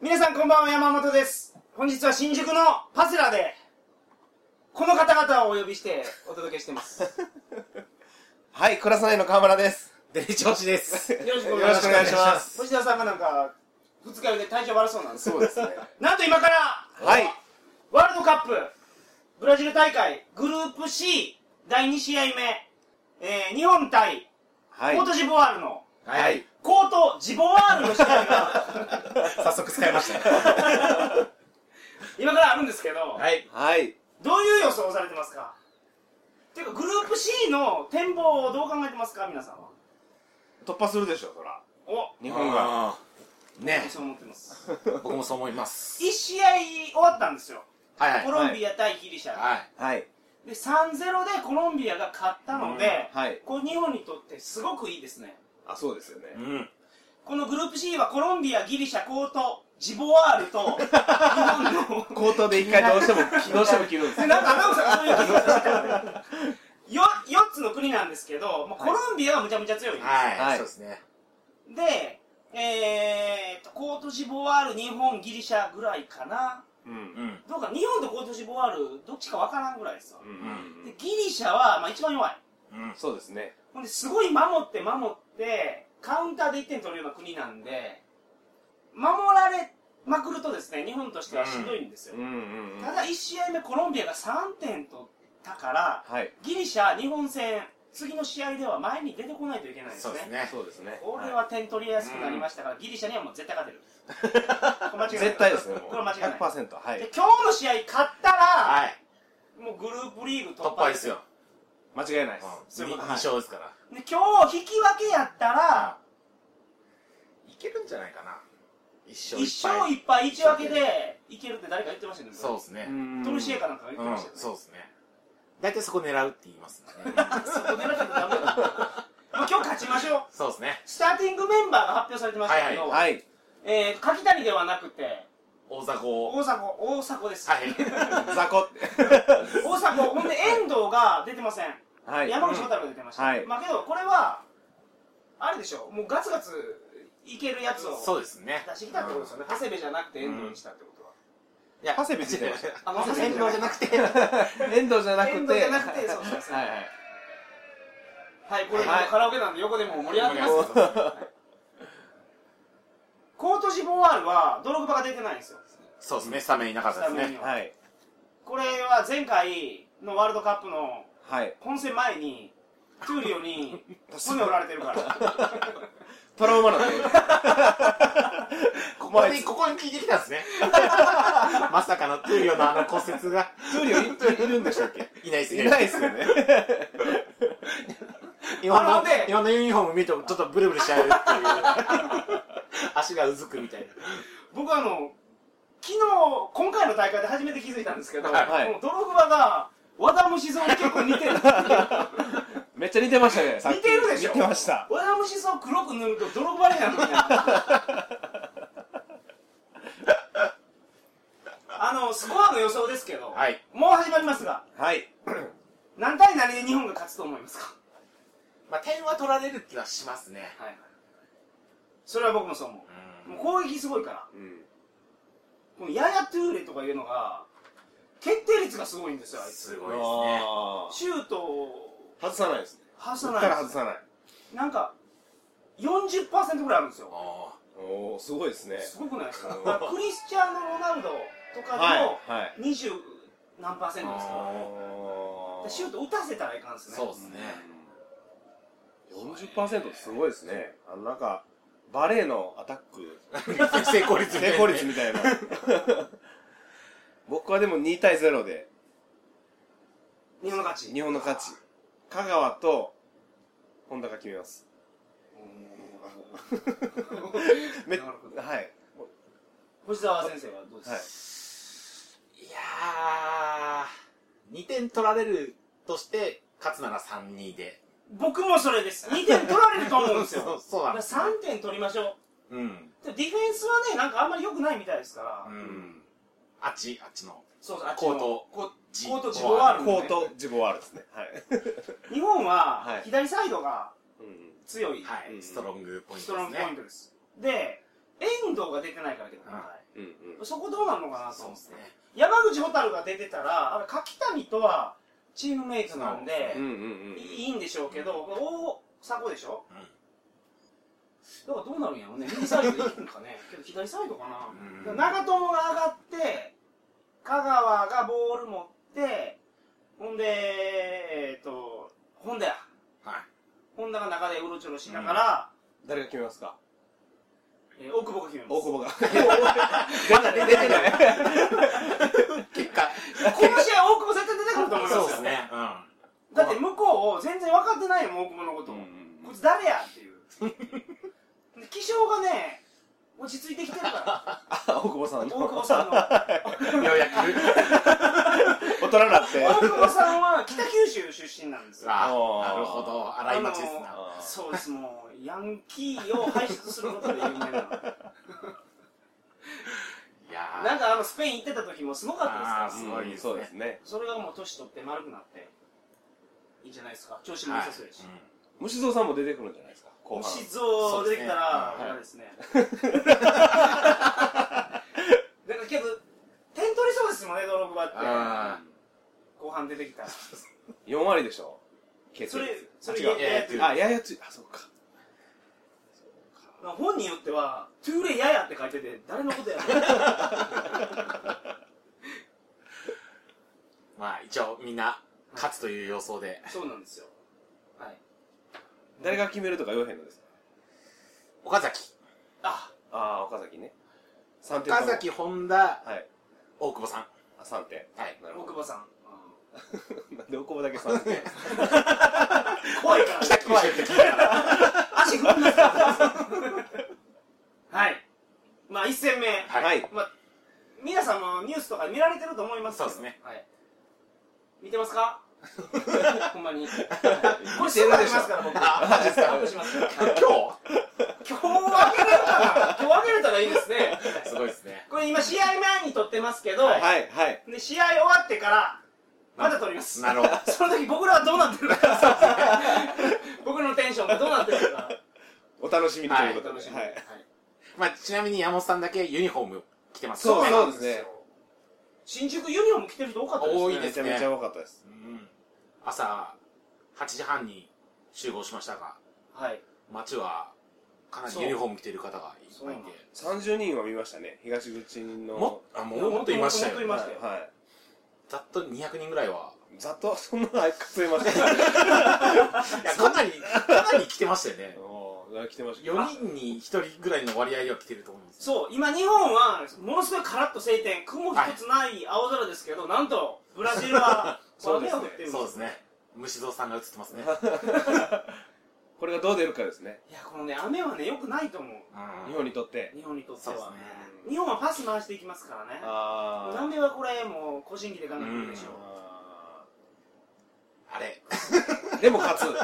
皆さんこんばんは山本です本日は新宿のパセラでこの方々をお呼びしてお届けしてますはい、クラス内の河村です。デリ調 子です。よろしくおよ願ろいしくしおま願いすします。星田さんがなんか二日酔いで体調悪そうなんですそうですね。なんと今からはい。ワールドカップブラジル大会グループ C 第2試合目、えー日本対コはい。ートジボワールの、はい。コートジボワールの試合 が早速使いましたね。今からあるんですけど、 はい。はい。どういう予想をされてますかていうかグループ C の展望をどう考えてますか皆さんは突破するでしょ、そら。お日本が。が。ねそう思ってます僕もそう思います。 1試合終わったんですよ はいコロンビア対ギリシャ、はい。はい。で3 0でコロンビアが勝ったので、はい。これ日本にとってすごくいいですねあ、そうですよね。うん。このグループ C はコロンビアギリシャコートジボワールと日本の口頭で一回どうしても、どうしても切るんですでよ。なんかアナウンサーがそういう話をしてたからねよ4つの国なんですけど、まあ、コロンビアはむちゃむちゃ強いんです、ははいい。そうですね。で、えー、とコートジボワール、日本、ギリシャぐらいかな、うん。うんうん。どうか日本とコートジボワール、どっちかわからんぐらいですわ、うんでギリシャは、まあ、一番弱い、うん。そうですね。ほんですごい守って守って、カウンターで1点取るような国なんで、守られまくるとですね、日本としてはしんどいんですよ、んうんただ1試合目、コロンビアが3点取ったから、はい。ギリシャ、日本戦、次の試合では前に出てこないといけないですそうねで。すね。そうですね。これは点取りやすくなりましたから、ギリシャにはもう絶対 勝てる。これ間違いない絶対ですね、もう。これ間違いない。 100%。はでい。今日の試合勝ったら、はい。もうグループリーグ突突破破でですすよよ。。間違いないでそういうこ二と二勝ですから。で今日引き分けやったら、いけるんじゃないかな。一勝一一勝敗。一敗一分けでいけるって誰か言ってましたよね。そうですね。す。トルシエか。かなんかが言ってうんましたよね。。そうですね。大体そこ狙うって言いますね。 そこ狙っちゃダメだ。まあ今日勝ちましょう。そうですね。スターティングメンバーが発表されてましたけど、はい。えー柿谷ではなくて、大迫を。大迫、大迫です。はい。雑魚って。大迫、ほんで遠藤が出てません。はい。山口蛍が出てました、はいまあけどこれはあれでしょもうガツガツいけるやつを そうですね。出してきたってことですよね長谷部じゃなくて遠藤にしたってことは、いや長谷部出てましたよあ長谷部遠藤じゃなくて。遠藤じゃなくて。遠藤じゃなくてそうそうそうはいはい。はいこれ、はいカラオケなんで横でもう盛り上がってますそようそうそうコートジボワールはドログバが出てないんですよそうですね。スタメンいなかったですスタメンいね。なはい。これは前回のワールドカップのはい。本戦前にトゥーリオに骨折られてるからトラウマなん で。ここに、ここに聞いてきたんですね。 まさかのトゥーリオのあの骨折が。トゥーリオいいるんでしたっけいないですね。いないですよね。日本あののね日本のユニフォーム見るとちょっとブルブルしちゃうって いう。足がうずくみたい僕あの昨日今回の大会で初めて気づいたんですけど、はいこのドログバが和田虫蔵に結構似てるっていうめっちゃ似てましたね。さっき似てるでしょ似てました。わらむしそを黒く塗ると泥バレなのみたい なあのスコアの予想ですけど、な。はい。もう始まりますがはい。何対何で日本が勝つと思いますか、まあ、点は取られる気はしますね。はい、それは僕もそう思ううんもう攻撃すごいからこのややトゥーレとかいうのが決定率がすごいんですよあいつすごいですね。あシュートをー外さないですね。外そさっないから外さない。なんか40%ぐらいあるんですよあおー、すごいですね。すごくないですかうんだからクリスチャーノ・ロナウドとかはいでも、。はい。 20何パーセントですあかあシュート打たせたらいかんですーねそうですね。 40%ってすごいですね。あの、なんか、バレーのアタック、成功率みた成いな功率みた いな。僕はでも2対0で、日本の勝ち日本の勝ち。香川と、本田が決めます。めなるほどはい。星澤先生はどうですか、はいいやー、2点取られるとして、勝つなら3-2で。僕もそれです2点取られると思うんですそようそうだかなんらです、 3点取りましょうん。うでもディフェンスはねなんかあんまり良くないみたいですから、うん。あっち、あっちの。そうそうあっちコのートこジコートジボワールコート、ジボワールですね。はい。日本ははい左サイドがうん強いはうんい、ストロングポインストトでロすングね。ポイントですで遠藤が出てないからけどね、はうんうんそこどうなるのかなとそう思でってすね。山口蛍が出てたらあれ柿谷とはチームメイトなんで、うんうんうんいいいんでしょうけど、大迫でしょだからどうなるんやろうね右サイドでいくんかねけど左サイドかな、うん長友が上がって香川がボール持ってほんでえっと本田やはい。本田が中でうろちょろしながら、誰が決めますかえー大久保が決めます大久保がまだ出てない。結果。この試合大久保絶対出てくると思いますそうよですね。うん。だって向こう全然分かってないよもう大久保のこと、こいつ誰やっていうで気性がね落ち着いてきてるかあ大久保さらん大の久保さんのようやく。大人になって大久保さんは北九州出身なんですよああーなるほど。荒い町ですあな。あーそうですもうヤンキーを排出することで有名なのいやーなんかあのスペイン行ってた時もすごかったあですかーすごいうんそうですねらそれがもう年取って丸くなっていいんじゃないですか調子も良さそうやし、はい虫蔵さんも出てくるんじゃないですか後も半しそう出てきたらそう嫌でですね だからけど点取りそうですもんねドログバってあ後半出てきたら4割でしょそれそそれれや違うやってるあややついあそうか本によっては「トゥーレやや」って書いてて誰の ことやねんうんまあ、一応みんな、勝つという予想で。そうなんですよはい誰が決めるとか言わへんのですか岡崎。あああ岡崎ね3点とも岡崎、本田、はい大久保さん。あ3点はい。な大るほ久ど保さんなんで大久保だけ3点怖いから 北九州って聞いたら。足踏んだはいまあ1戦目、は いはいまあ、皆さんもニュースとか見られてると思いますけどそうですねはい、見てます かほんまにこれ見てるすぐ上でげしまょすから僕あマジですかアップしますから今日今日あげれるかな今日あげれたらいいですねすごいですね。これ今試合前に撮ってますけど、はいはいで試合終わってからまだ撮りますなるほ ど。その時僕らはどうなってるか僕のテンションがどうなってるかお楽しみにというおことで楽しみに、はいまあ、ちなみに山本さんだけユニフォーム着てますそうねそうですね新宿ユニフォーム着てる人多かったですね多いですねめちゃめちゃ多かったですうん朝8時半に集合しましたがはい街はかなりそうユニフォーム着てる方がいっぱいいて30人は見ましたね東口のもあもうもっといましたもっといよましたよはいはいざっと200人ぐらいはざっとそんな数えましたいやかなりかなり来てましたよね おー来てました4人に1人ぐらいの割合では来てると思うんですそう今日本はものすごいカラッと晴天雲一つない青空ですけど、なんとブラジルはそうですね雨が降ってるんですそうですね虫蔵さんが映ってますねこれがどう出るかですねいやこのね雨はねよくないと思う日う本にとって日本にとってそうですはね日本はパス回していきますからねあ南米はこれもう個人技でガンガン来るでしょうああれーでも勝つ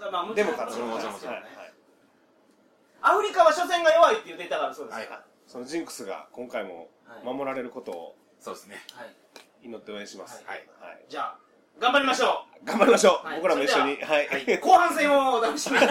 かまあもちでろもん勝つもちろもんもちろんもちちろろんんねアフリカは初戦が弱いって言ってたからそうですはいからそのジンクスが今回もはい守られることをそうですねはい祈って応援します、はいはいじゃあ頑張りましょ頑張りましょう、はい僕らも一緒にそはい、はいう後半戦をお楽しみに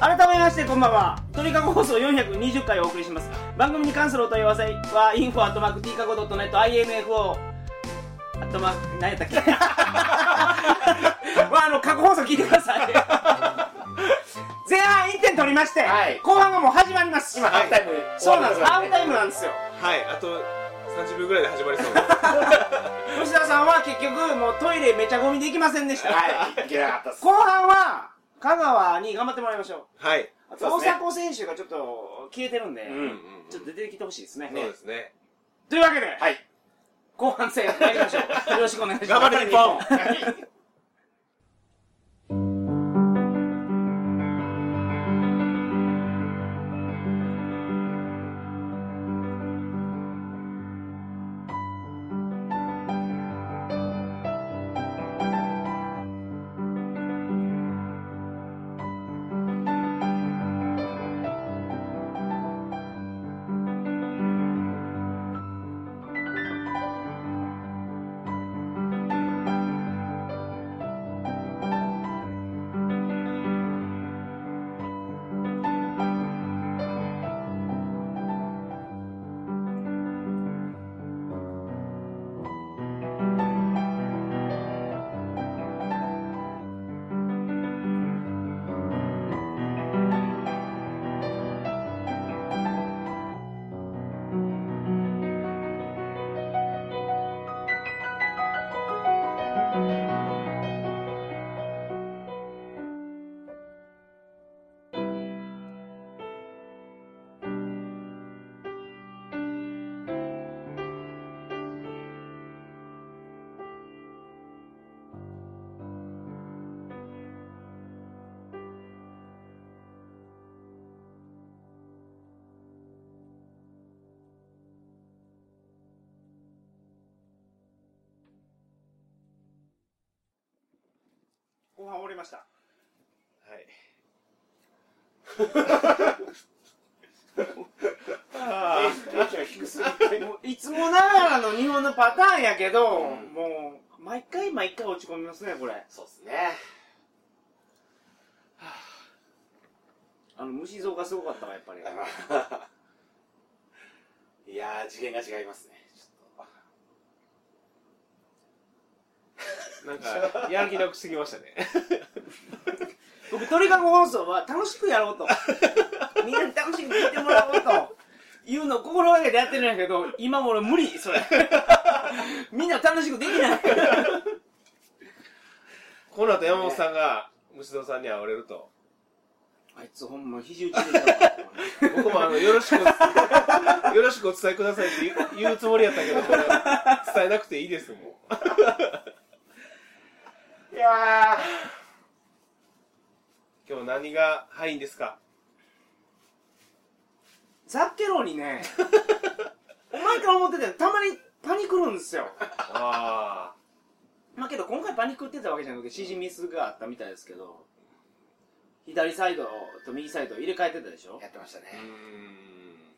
改めましてこんばんは鳥かご放送420回お送りします番組に関するお問い合わせは info at mark tkago.net info あとま、何やったっけまあ、あの、過去放送聞いてください。前半1点取りまして、はい後半がもう始まります。今ハーフタイムそうなんです。ハーフ終わりまタイムなんですよ。はいあと30秒ぐらいで始まり そう吉田さんは結局もうトイレめちゃゴミできませんでした、はいいけなかったっす後半は香川に頑張ってもらいましょうはいあとそうですね大迫選手がちょっと消えてるんで、うんうんうんちょっと出てきてほしいですね。そうですね。というわけで、はい。後半戦参りましょう。よろしくお願いします。頑張れ日本後半終わりました。はい。テンション低すぎて もういつもながらの日本のパターンやけど、もう、毎回毎回落ち込みますね、これ。そうですね。あの、虫像がすごかったわ、やっぱり。いやー、次元が違いますね。ちょっなん か、やる気なくすぎましたね。僕、鳥かご放送は楽しくやろう と。みんなに楽しく聞いてもらおうと。いうのを心がけてやってるんやけど、今も俺無理、 それ。みんな楽しくできない。この後山本さんが、虫蔵さんに会われると。あいつほんま肘打ちできた わ。僕もあの、よろしく、 よろしくお伝えくださいって言う言うつもりやったけど、これ伝えなくていいですもん。と。いや今日何が範囲ですかザッケローに ね、お前から思ってたよ。たまにパニクるんですよ。あまあけど今回パニックってたわけじゃなくて、指示ミスがあったみたいですけど、左サイドと右サイド入れ替えてたでしょやってましたねあ。うー。ん。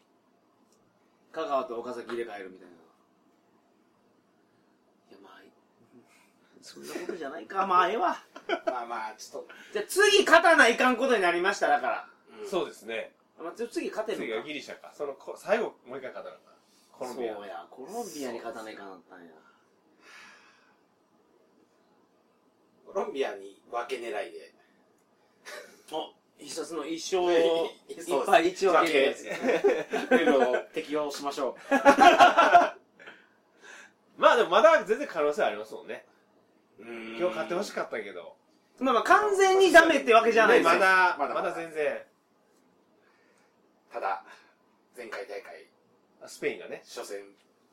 香川と岡崎入れ替えるみたいな。いやまあ、そんなことじゃないか。まあええわ。まあまあ、ちょっと。じゃあ次勝たないかんことになりました、だから。そうですね。まあ、つ次勝て次るはのかギリシャか。その、こ最後、もう一回勝たなかった。コロンビア。そうや、コロンビアに勝たないかんなったんや。コロンビアに分け狙いで。お一つの一 生いをいですいっぱい一分けるやつ。ルールを適用しましょう。まあでもまだ全然可能性ありますもんね。今今日勝ってほしい。かったけど。まあまあ完全にダメってわけじゃないねですまよ。だ、ままだだまだ全然。ただ、前回大会、スペインがね、初戦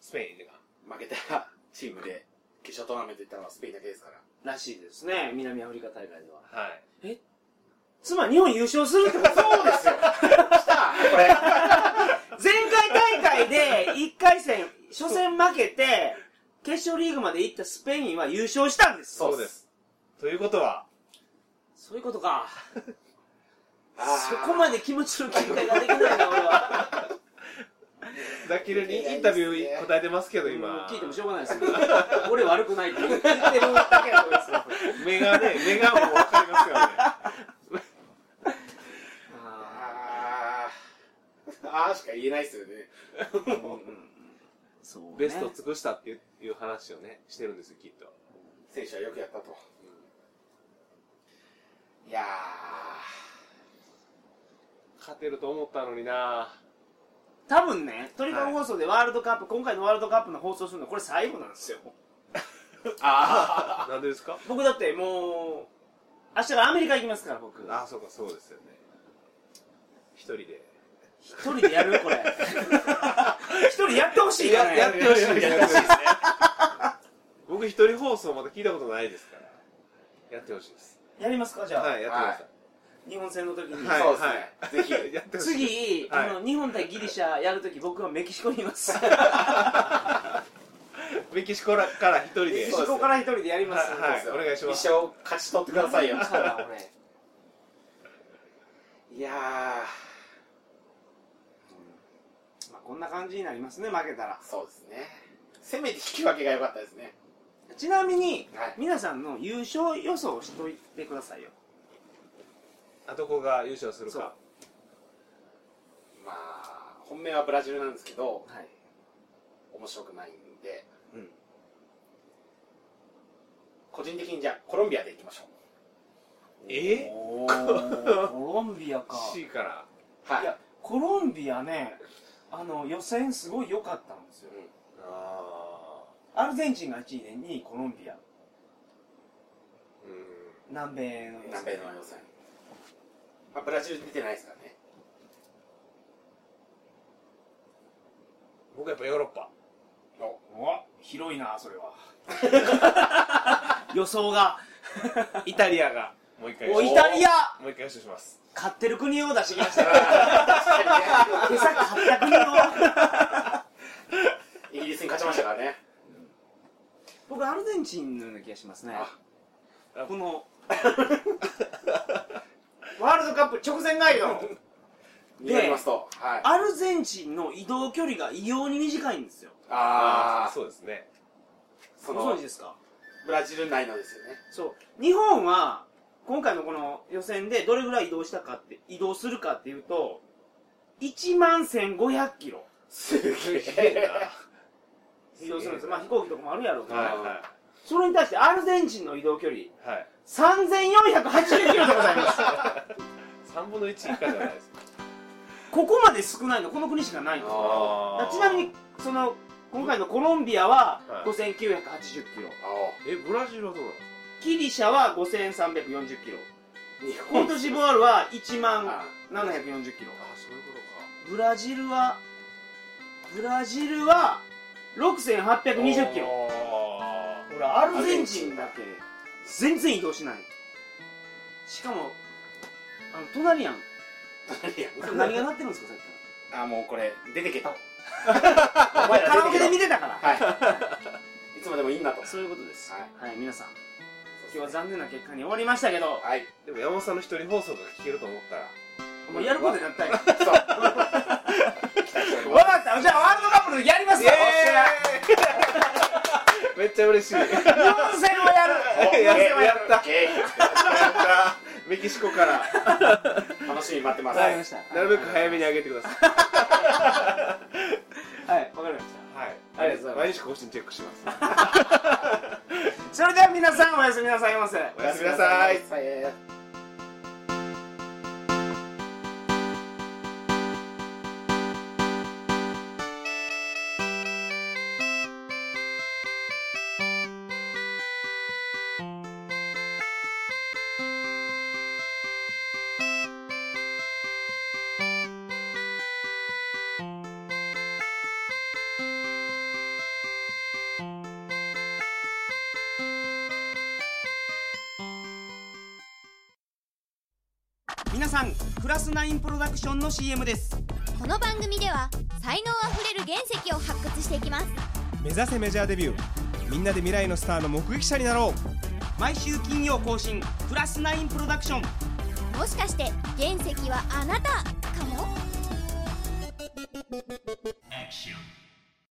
スペインが。負けたチームで、決勝トーナメント行ったのはスペインだけですから。らしいですね、南アフリカ大会では。はい。つまり日本優勝するってことそうですよ。来たこれ。前回大会で1回戦、初戦負けて、決勝リーグまで行ったスペインは優勝したんです。そうっそすうです。ということは、そういうことか。あそーこまで気持ちの切り替えができないな、俺は。ザキルにインタビュー答えてますけど、も今う。聞いてもしょうがないですよ。俺悪くないって言ってるだけだと思いますよ目がね、目がもうわかりますよね。ああーあーしか言えないですよね。ーうんうんうんそうねベストを尽くしたっていう話をね、してるんですよ、きっと。選手はよくやったと。いや勝てると思ったのにな多分ね、トリカゴ放送でワールドカップ、今回のワールドカップの放送するのこれ最後なんですよ。あなんでですか僕だってもう、明日がアメリカ行きますから、僕。あ、そうか、そうですよね。人で一人でやる これ。一人やってほしいからね。やってほしいやってほしいですね。僕一人放送まだ聞いたことないですからやってほしいですやりますかじゃあ、はいやって日本戦の時くに。ださいそうですねはいはい やってほしい次、はいあの日本対ギリシャやるとき僕はメキシコにいます。メキシコから一人メでキシコから一人でやります。はいはいお願いします一生勝ち取ってくださいよ。から俺。いやまあこんな感じになりますね負けたらー、。そうですね。せめて引き分けが良かったですね。ちなみにはい皆さんの優勝予想をしといてくださいよ。あどこが優勝するそうかまあ、本命はブラジルなんですけど、はい。面白くないんで、うん個人的にじゃあコロンビアでいきましょえおーコロンビアか。 C からう。はいい。やコロンビアねあの予選すごい良かったんですよ。あアルゼンチンが1位で2位コロンビアあうん南米の予選南米の予選。まあ、ブラジル出てないですからね。僕はやっぱヨーロッパおお広いなそれ は予想がイタリアがもう一回おイタリアもう一回優勝します勝ってる国を出してきましたから今朝勝った国を イギリスに勝ちましたからね。僕アルゼンチンのような気がしますねあこのワールドカップ直前ガイドになりますと。はい。アルゼンチンの移動距離が異様に短いんですよあー、そうですねそごの存知、ですかブラジル内のですよね。そう日本は今回のこの予選でどれぐらい移動したかって移動するかっていうと1万1500キロすげすげえ 移動するんですよまあ飛行機とかもあるやろうかなら、はそれに対してアルゼンチンの移動距離いはいはい3480キロでございます 3分の1以下じゃないです かここまで少ないのこの国しかないんですよだからちなみにその今回のコロンビアははい5980キロ、あえブラジルはどうなのギリシャは5340キロー日コントジボワールは1万あ740キロあそういうこブラジルはブラジルはとか6820キロロほらアルゼンチンだけ全然移動しないしかもあの隣 やん何がなってるんですかさっき かあもうこれ出てけと お前らカらラオケ出でて見けてたからとはいいつまでもいいんだとそういうことですはいはい皆さん今日は残念な結果に終わりましたけどはいでも山本さんの一人放送が聞けると思ったらもうやることになった よ そう期待しておりわますかったじゃあワールドカップでやりますよ めっちゃ 嬉しい日本戦をやるおやややったオッケメキシコ からー楽しみに待ってますわかりましたなるべく早めに上げてくださいはいわかりましたはいありがとうございます毎日更新チェックしますそれでは皆さんおやすみなさいませおやすみなさいさよ皆さんクラスナインプロダクションの CM ですこの番組では才能あふれる原石を発掘していきます目指せメジャーデビューみんなで未来のスターの目撃者になろう毎週金曜更新プラスナインプロダクションもしかして原石はあなたかも